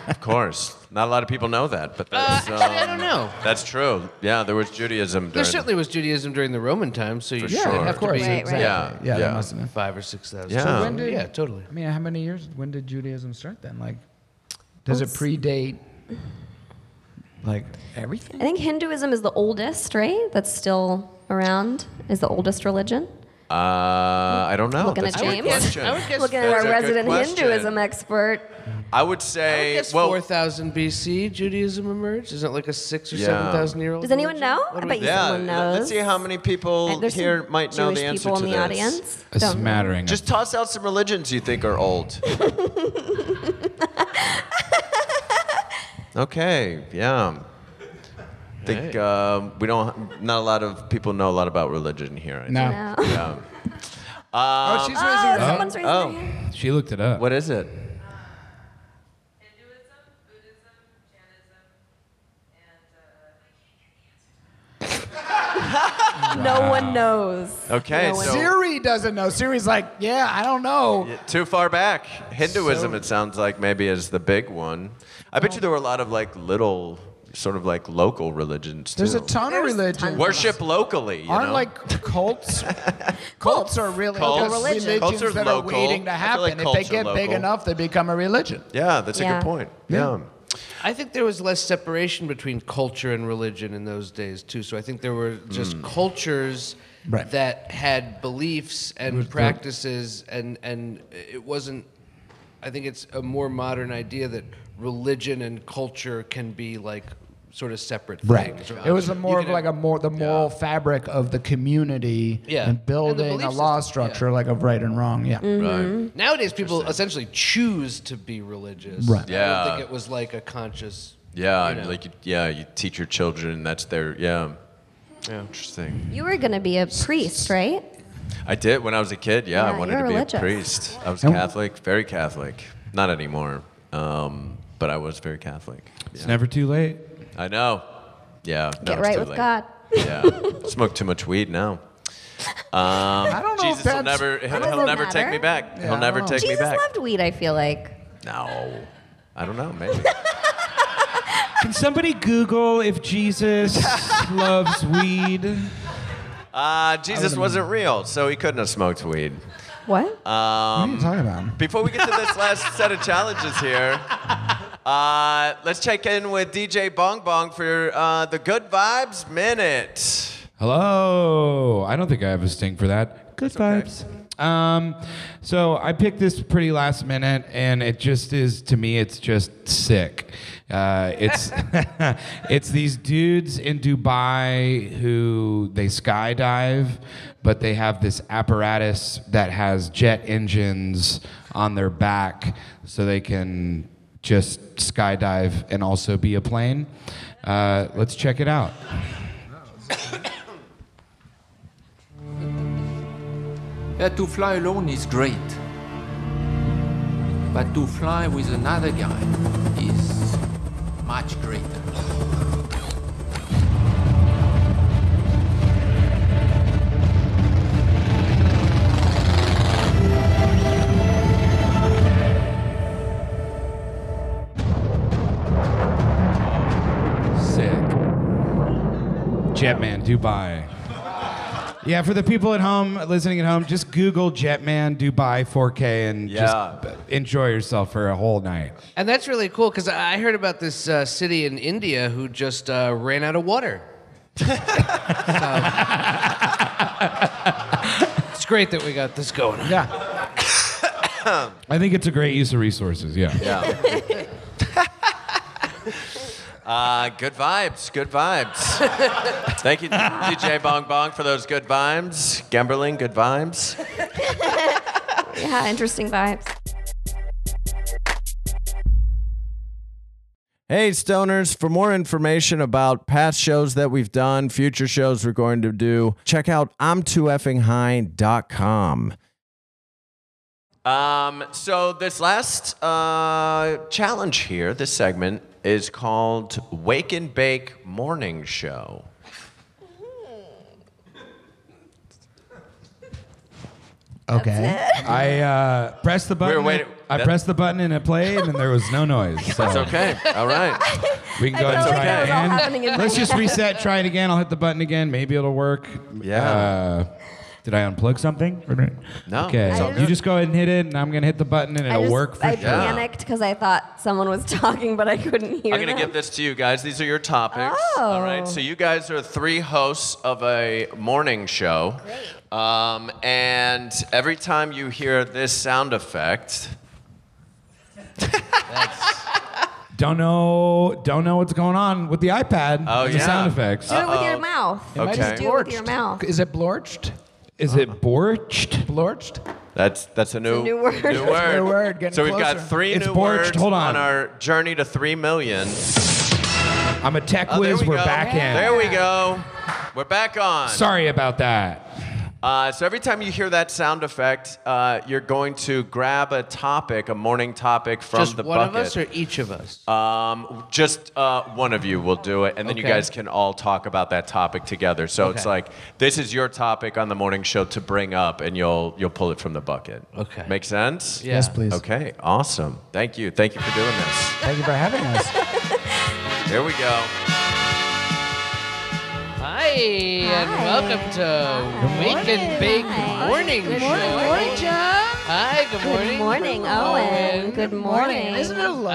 of course. Not a lot of people know that, but that's Uh, um, actually, I don't know. That's true. Yeah, there was Judaism. During There the- certainly was Judaism during the Roman times, so you For should sure. have Of to course, be Right, right. Yeah, Yeah, there yeah. must have been. five or six thousand. Yeah. So when did- yeah, totally. I mean, how many years? When did Judaism start then? Like, does it Let's- predate like everything? I think Hinduism is the oldest, right? That's still around. Is the oldest religion. Uh, I don't know. Looking Oh, That's at a good James. question. I would guess, Looking at That's our a good resident question. Hinduism expert. I would say. well, four thousand BC Judaism emerged. Isn't it like a six or Yeah. seven thousand year old? Does anyone religion? know? What do I we bet think? you yeah. someone knows. Let's see how many people There's some here might know Jewish the answer people to in the this. audience. a Don't know. smattering. of- Just toss out some religions you think are old. Okay, yeah. I think uh, we don't. Not a lot of people know a lot about religion here. I No. No. oh, she's raising Oh, her hand. someone's raising Oh. their hand. She looked it up. What is it? uh, No one knows. Okay, No one- so Siri doesn't know. Siri's like, yeah, I don't know. too far back. Hinduism, it sounds like maybe is the big one. I bet you there were a lot of like little, sort of like local religions too. There's a ton of There's religions. tons. Worship locally, you Aren't know. like cults? cults are really Cults. just Religion. religions Cults are that local. are waiting to I feel happen. like if cults they are get big local. enough, they become a religion. yeah, that's a Yeah. good point. Yeah. I think there was less separation between culture and religion in those days too. So I think there were just Hmm. cultures Right. that had beliefs and practices, and and it wasn't. I think it's a more modern idea that religion and culture can be like sort of separate things. or- It was a You more of could- like a more the moral fabric of the community Yeah. And and the building belief a law system, yeah. structure like of right and wrong. Yeah. Right. Nowadays, people essentially choose to be religious. Right. I don't Yeah. think it was like a conscious. Yeah, You know. like you, yeah, you teach your children. That's their yeah. Yeah. Interesting. You were gonna be a priest, right? I did when I was a kid. Yeah, I Yeah, wanted you're to be religious. a priest. I was And- Catholic, very Catholic. Not anymore, um, but I was very Catholic. It's never too late. I know. Yeah. no, Get it's right too with late. God. Yeah. Smoke too much weed now. I don't know Jesus if will that's never. He'll, That he'll doesn't never take me matter. back. I he'll never don't know. take Jesus me back. loved weed. I feel like. no. I don't know. Maybe. Can somebody Google if Jesus loves weed? Uh, Jesus wasn't real, so he couldn't have smoked weed. What? Uh, what are you talking about. Before we get to this last set of challenges here, uh, let's check in with DJ Bong Bong for uh, the Good Vibes Minute. Hello. I don't think I have a sting for that. Good vibes. Um, so I picked this pretty last minute, and it just is to me. It's just sick. Uh, it's it's these dudes in Dubai who they skydive, but they have this apparatus that has jet engines on their back, so they can just skydive and also be a plane. Uh, let's check it out. Yeah, to fly alone is great. But to fly with another guy is much greater. Sick. Jetman Dubai. Yeah, for the people at home listening at home, just Google Jetman Dubai 4K and Yeah. just b- enjoy yourself for a whole night. And that's really cool because I I heard about this uh, city in India who just uh, ran out of water. so, it's great that we got this going. Yeah. I think it's a great use of resources. Yeah. Uh, good vibes, good vibes. Thank you, DJ Bong Bong, for those good vibes. Gemberling, good vibes. Yeah, interesting vibes. Hey, stoners, for more information about past shows that we've done, future shows we're going to do, check out I'm too effing high.com. Um, so this last uh, challenge here, this segment is called Wake and Bake Morning Show. Okay. I uh, pressed the button. We're waiting- I that- pressed the button and it played, and there was no noise. So It's okay. All right. we can I go ahead and felt try like that it was all again. happening in my Let's just head. reset, try it again. I'll hit the button again. Maybe it'll work. Yeah. Uh, did I unplug something? No. Okay. it's all You good. just go ahead and hit it, and I'm going to hit the button, and I it'll just, work for I sure. panicked because I thought someone was talking, but I couldn't hear. I'm going to them. give this to you guys. These are your topics. All right. Oh. So you guys are three hosts of a morning show. Great. Um, and every time you hear this sound effect, Don't know, don't know what's going on with the iPad. Oh, and yeah. The sound effects. Do it with your mouth. uh, Okay. Just do it with your mouth. Is it blorched? Is it borched? Blorched? that's that's a new, new word. It's a word. new word, getting so we've got closer. three It's new borched, words hold on. our journey to three million. I'm a tech Oh, there whiz. we We're go. back in. There we go. We're back on. Sorry about that. Uh, so every time you hear that sound effect, uh, you're going to grab a topic, a morning topic from Just the one bucket. of us or each of us? Um, just uh, one of you will do it, and then you Okay. guys can all talk about that topic together. So it's Okay. like this is your topic on the morning show to bring up, and you'll you'll pull it from the bucket. Okay. make sense? Yes, Yeah. please. Okay, awesome. Thank you, thank you for doing this. Thank you for having us. Here we go. Hi, and welcome to Weekend Big Morning Good Show. morning, morning, John. Hi, good, Good morning. morning, Owen. Good morning. Uh, Isn't it lovely?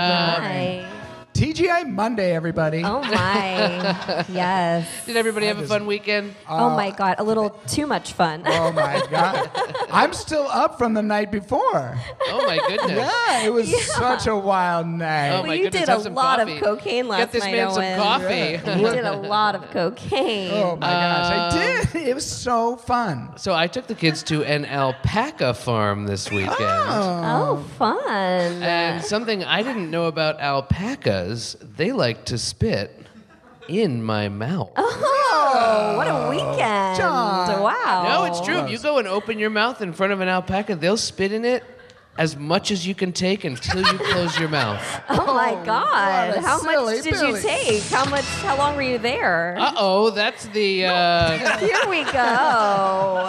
Hi. TGI Monday, everybody. Oh my. yes. Uh, Did everybody have a fun weekend? oh my God. A little too much fun. Oh my god. I'm still up from the night before. Oh my goodness. Yeah, it was such a wild Oh night. my you goodness, did have a some lot of coffee. cocaine Get last this night, man Owen. some coffee. You did a lot of cocaine. Oh, my um, gosh, I did. It was so fun. So I took the kids to an alpaca farm this weekend. Oh, fun. And something I didn't know about alpacas, they like to spit in my mouth. oh, what a weekend. John. Wow. No, it's true. If you go and open your mouth in front of an alpaca, they'll spit in it as much as you can take until you close your mouth. Oh my God! what a How silly much did Billy. you take? How much? How long were you there? Uh oh, that's the. Uh, Here we go. All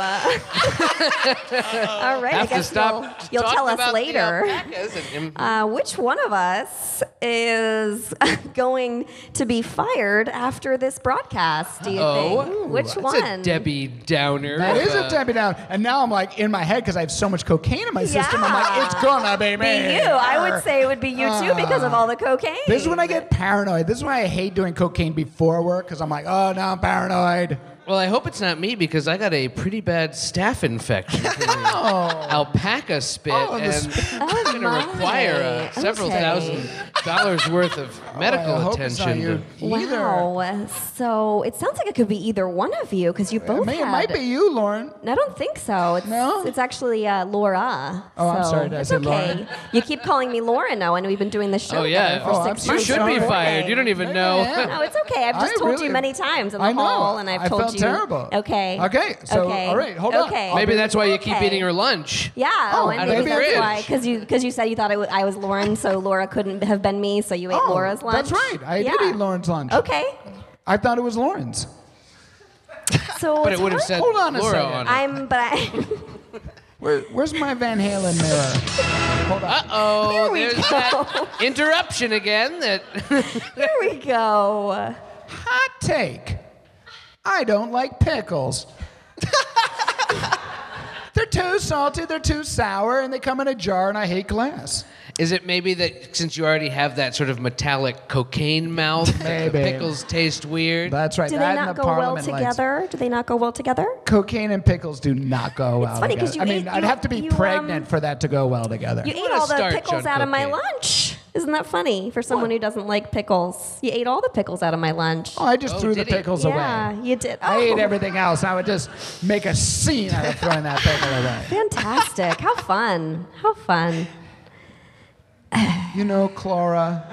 right, I have to guess stop. you'll, you'll tell talking about us the later. alpacas and- and- Uh, which one of us is going to be fired after this broadcast? Do you think? Oh, which That's one? a Debbie Downer. Uh, That is of a Debbie Down. And now I'm like in my head because I have so much cocaine in my system. I'm Yeah. like, it's gonna be me. be you. I would say it would be you too because Uh-huh. of all the cocaine. This is when I get paranoid. This is why I hate doing cocaine before work because I'm like, oh, now I'm paranoid. Well, I hope it's not me because I got a pretty bad staph infection. from Oh, the Alpaca Oh. spit, Oh, the and spit. I'm going to my. require uh, several Okay. thousand dollars worth of medical I hope it's not attention. you either. Wow. So it sounds like it could be either one of you because you both. I mean, it had- might be you, Lauren. I don't think so. It's, No? It's actually uh, Laura. Oh, I'm so sorry. Did I it's say okay. Lauren? You keep calling me Lauren now, and we've been doing this show Oh yeah, together for Oh, I'm six so you months. should be It's fired. okay. You don't even Maybe know. I am. No, it's okay. I've just I told really- you many times in the I know. hall, and I've I told felt you. terrible. Okay. Okay, so, all right, hold on. okay. Maybe that's why you keep Okay. eating her lunch. Yeah. Oh, and out of maybe the that's fridge. why, because you because you said you thought I wa- I was Lauren, so Laura couldn't have been me, so you ate Oh, Laura's lunch. That's right. I yeah. did eat Lauren's lunch. Okay. I thought it was Lauren's. So But it it's would have hard- said Hold on a Laura second. on it. I'm, but I. Where, where's my Van Halen mirror? Oh, Here we there's go. that interruption again. That Here we go. Hot take. I don't like pickles. they're too salty, they're too sour, and they come in a jar, and I hate glass. is it. Maybe that since you already have that sort of metallic cocaine mouth, that the Maybe. pickles taste weird. That's right. Do that they and not the go well Parliament lights. together? Do they not go well together? Cocaine and pickles do not go well funny 'cause together. I you mean, ate- I'd you- have to be you, um, pregnant for that to go well together. You ate wanna all the starch pickles on out of my cooking. lunch. Isn't that funny for someone who doesn't like pickles? You ate all the pickles out of my lunch. oh, I just Oh, threw the did he? pickles yeah, away. you did. I Oh, ate everything else. I would just make a scene out of throwing that pickle away. Fantastic. How fun. How fun. You know, Clara.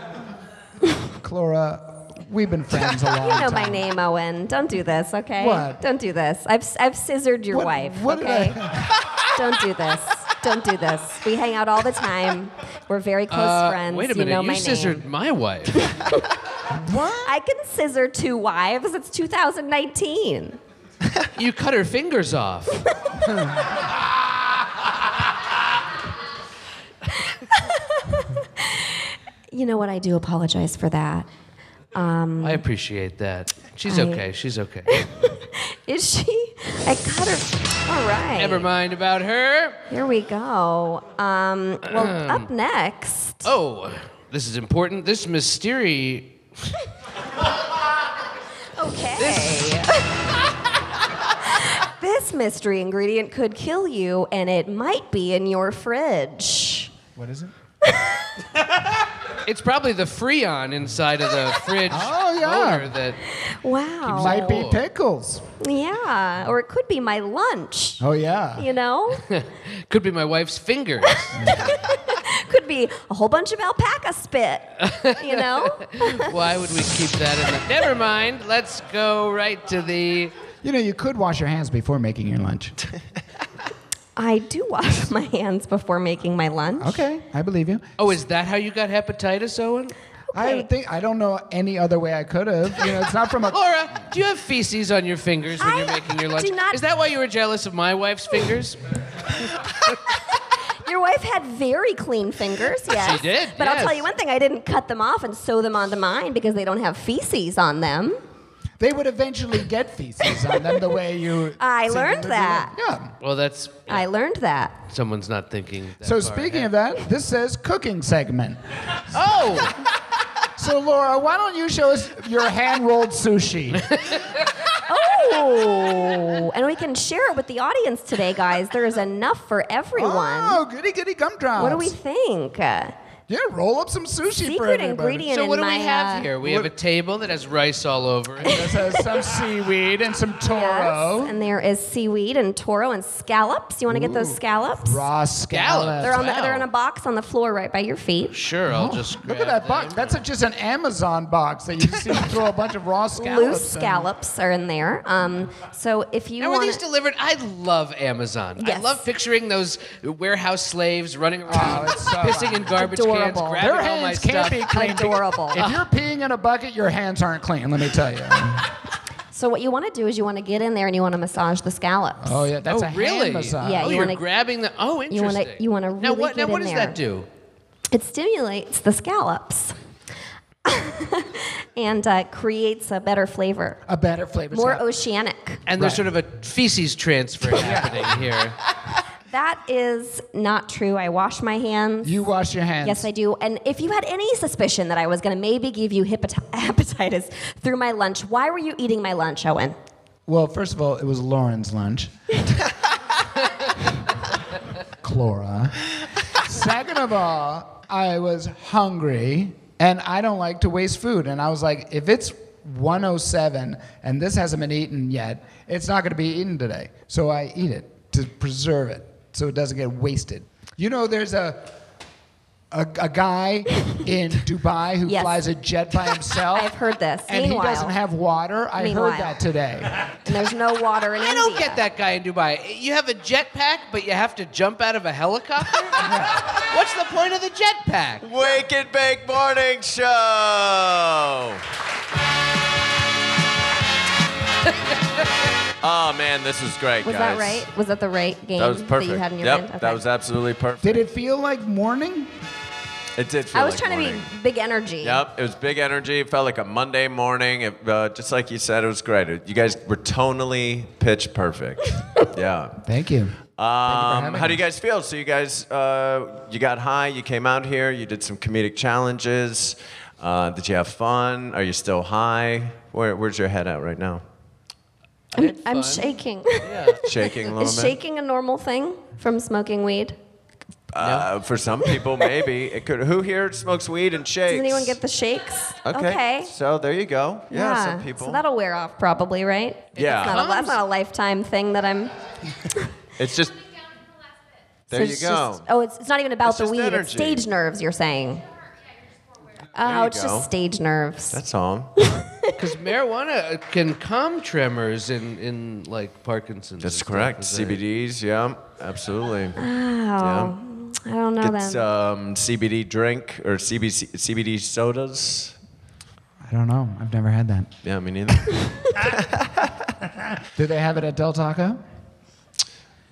Clara, we've been friends a long You know time. my name, Owen. Don't do this, okay? What? Don't do this. I've, I've scissored your What- wife, what did okay? I- Don't do this. Don't do this. We hang out all the time. We're very close Uh, friends. Wait a you minute, know you my scissored name. my wife. What? I can scissor two wives. It's 2019. you cut her fingers off. You know what? I do apologize for that. I appreciate that. She's Mm. I- okay. She's okay. Is she? I got her. All right. Never mind about her. Here we go. Um, well, up next. Oh, this is important. This mystery. Okay. This, mystery ingredient could kill you, and it might be in your fridge. What is it? It's probably the Freon inside of the fridge. Oh, yeah. owner that Wow. Might be pickles. yeah. Or it could be my lunch. Oh yeah. You know? could be my wife's fingers. could be a whole bunch of alpaca spit, you know? Why would we keep that in the. Never mind. Let's go right to the. You know, you could wash your hands before making your lunch. I do wash my hands before making my lunch. Okay, I believe you. Oh, is that how you got hepatitis, Owen? I Okay. think I don't know any other way I could have. You know, it's not from a. Laura, do you have feces on your fingers when you're I making your lunch? do not- Is that why you were jealous of my wife's fingers? Your wife had very clean fingers, yes. She did, But I'll tell yes. you one thing, I didn't cut them off and sew them onto mine because they don't have feces on them. They would eventually get feces on them the way you. I said learned you would. that. Yeah. Well, that's I learned that. someone's not thinking. That So far speaking of ahead. that, this says cooking segment. oh, So Laura, why don't you show us your hand rolled sushi? Oh, and we can share it with the audience today, guys. There is enough for everyone. Oh, goody goody gumdrops. What do we think? Uh, Yeah, roll up some sushi for Secret everybody. ingredient so in what do my we have uh, here? We have a table that has rice all over it. This has some seaweed and some Yes, toro. and there is seaweed and toro and scallops. You want to get those scallops? Raw Scallops. They're scallops. on the, Wow. they're in a box on the floor right by your feet. Sure, I'll just grab Oh, Look at that box. them. That's a, just an Amazon box that you just see throw a bunch of raw scallops. Loose in. scallops are in there. Um, so if you Now, were want, these delivered? I love Amazon. I Yes. love picturing those warehouse slaves running around, it's so pissing in garbage cans, Adorable. grabbing Their all my hands stuff. Oh, can't be clean. Adorable. If you're peeing in a bucket, your hands aren't clean. Let me tell you. so what you want to do is you want to get in there and you want to massage the scallops. Oh yeah, that's oh, a really? hand massage. Yeah, oh, you are wanna- grabbing the. Oh, you wanna- interesting. you wanna now really what? Now get what in does there. that do? It stimulates the scallops. and uh, creates a better flavor, A better flavor. more scallop. oceanic. And there's sort of a feces transfer happening here. That is not true. I wash my hands. You wash your hands. Yes, I do. And if you had any suspicion that I was going to maybe give you hepati- hepatitis through my lunch, why were you eating my lunch, Owen? Well, first of all, it was Lauren's lunch. Clora. Second of all, I was hungry and I don't like to waste food. And I was like, if it's 107 and this hasn't been eaten yet, it's not going to be eaten today. So I eat it to preserve it so it doesn't get wasted. You know, there's a. A, a guy in Dubai who Yes. flies a jet by himself. I've heard this. And Meanwhile- he doesn't have water. I Meanwhile. heard that today. And there's no water in I don't India. get that guy in Dubai. You have a jetpack, but you have to jump out of a helicopter. What's the point of the jetpack? Wake and Bake Morning Show. oh man, this is great, Was guys. that right? Was that the right game That was perfect. you had in your yep, mind? Okay. that was absolutely perfect. Did it feel like morning? It did feel I was like trying morning. to be big energy. Yep, it was big energy. It felt like a Monday morning. It, uh, just like you said, it was great. It- you guys were tonally pitch perfect. yeah. Thank you. Um, how do you guys feel? So you guys, uh, you got high. You came out here. You did some comedic challenges. Uh, did you have fun? Are you still high? Where, where's your head at right now? I'm, I'm shaking. Shaking a little is bit. shaking a normal thing from smoking weed? Uh, For some people, maybe it could. Who here smokes weed and shakes? Does anyone get the shakes? Okay. So there you go. Yeah, some people. So that'll wear off probably, right? Yeah. That's not, a, that's not a lifetime thing that I'm. it's just. There so you it's go. just- oh, it's, it's not even about It's the just weed. energy. It's stage nerves, you're saying. Oh, you it's go. just stage nerves. That's all. Because marijuana can calm tremors in, in like Parkinson's. That's and correct. stuff, CBDs. is it? Yeah, absolutely. um, oh, I don't know Get then. some CBD drink or CBC, CBD sodas. I don't know. I've never had that. Yeah, me neither. Do they have it at Del Taco?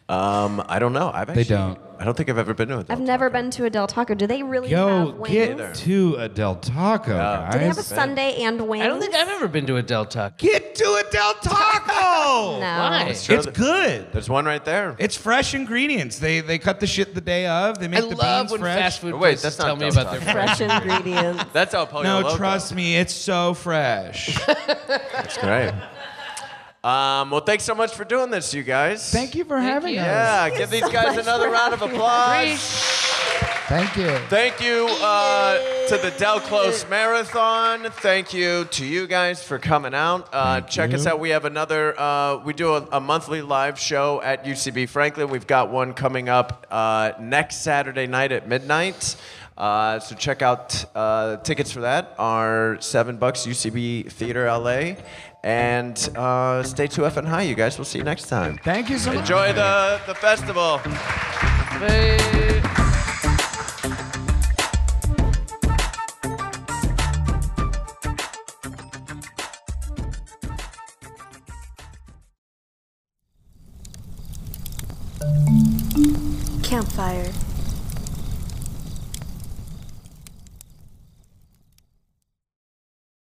um, I don't know. I've actually, don't. I don't think I've ever been to a I've Del never Taco. been to a Del Taco. Do they really have Yo, wings? get to a Del Taco, Do they guys. have a Sunday and wings? I don't think I've ever been to a Del Taco. Get to a Del Taco. No. Why? Sure, It's th- good. There's one right there. It's fresh ingredients. They they cut the shit the day of. They I make the love beans when fresh. fast food Oh, wait, places that's not tell me Del about their Taco. fresh. Fresh ingredients. That's how Polio no, trust me, it's so fresh. That's great. Um, well, thanks so much for doing this, you guys. Thank you for having us. Yeah, give these guys another round of applause. Thank you. Thank you uh, to the Del Close Marathon. Thank you to you guys for coming out. Uh, check us out. We have another, uh, we do a, a monthly live show at UCB Franklin. We've got one coming up uh, next Saturday night at midnight. Uh, so check out uh, tickets for that are seven bucks UCB Theater LA, and uh, stay two F and high, you guys. We'll see you next time. Thank you so much. Enjoy the the festival. Campfire.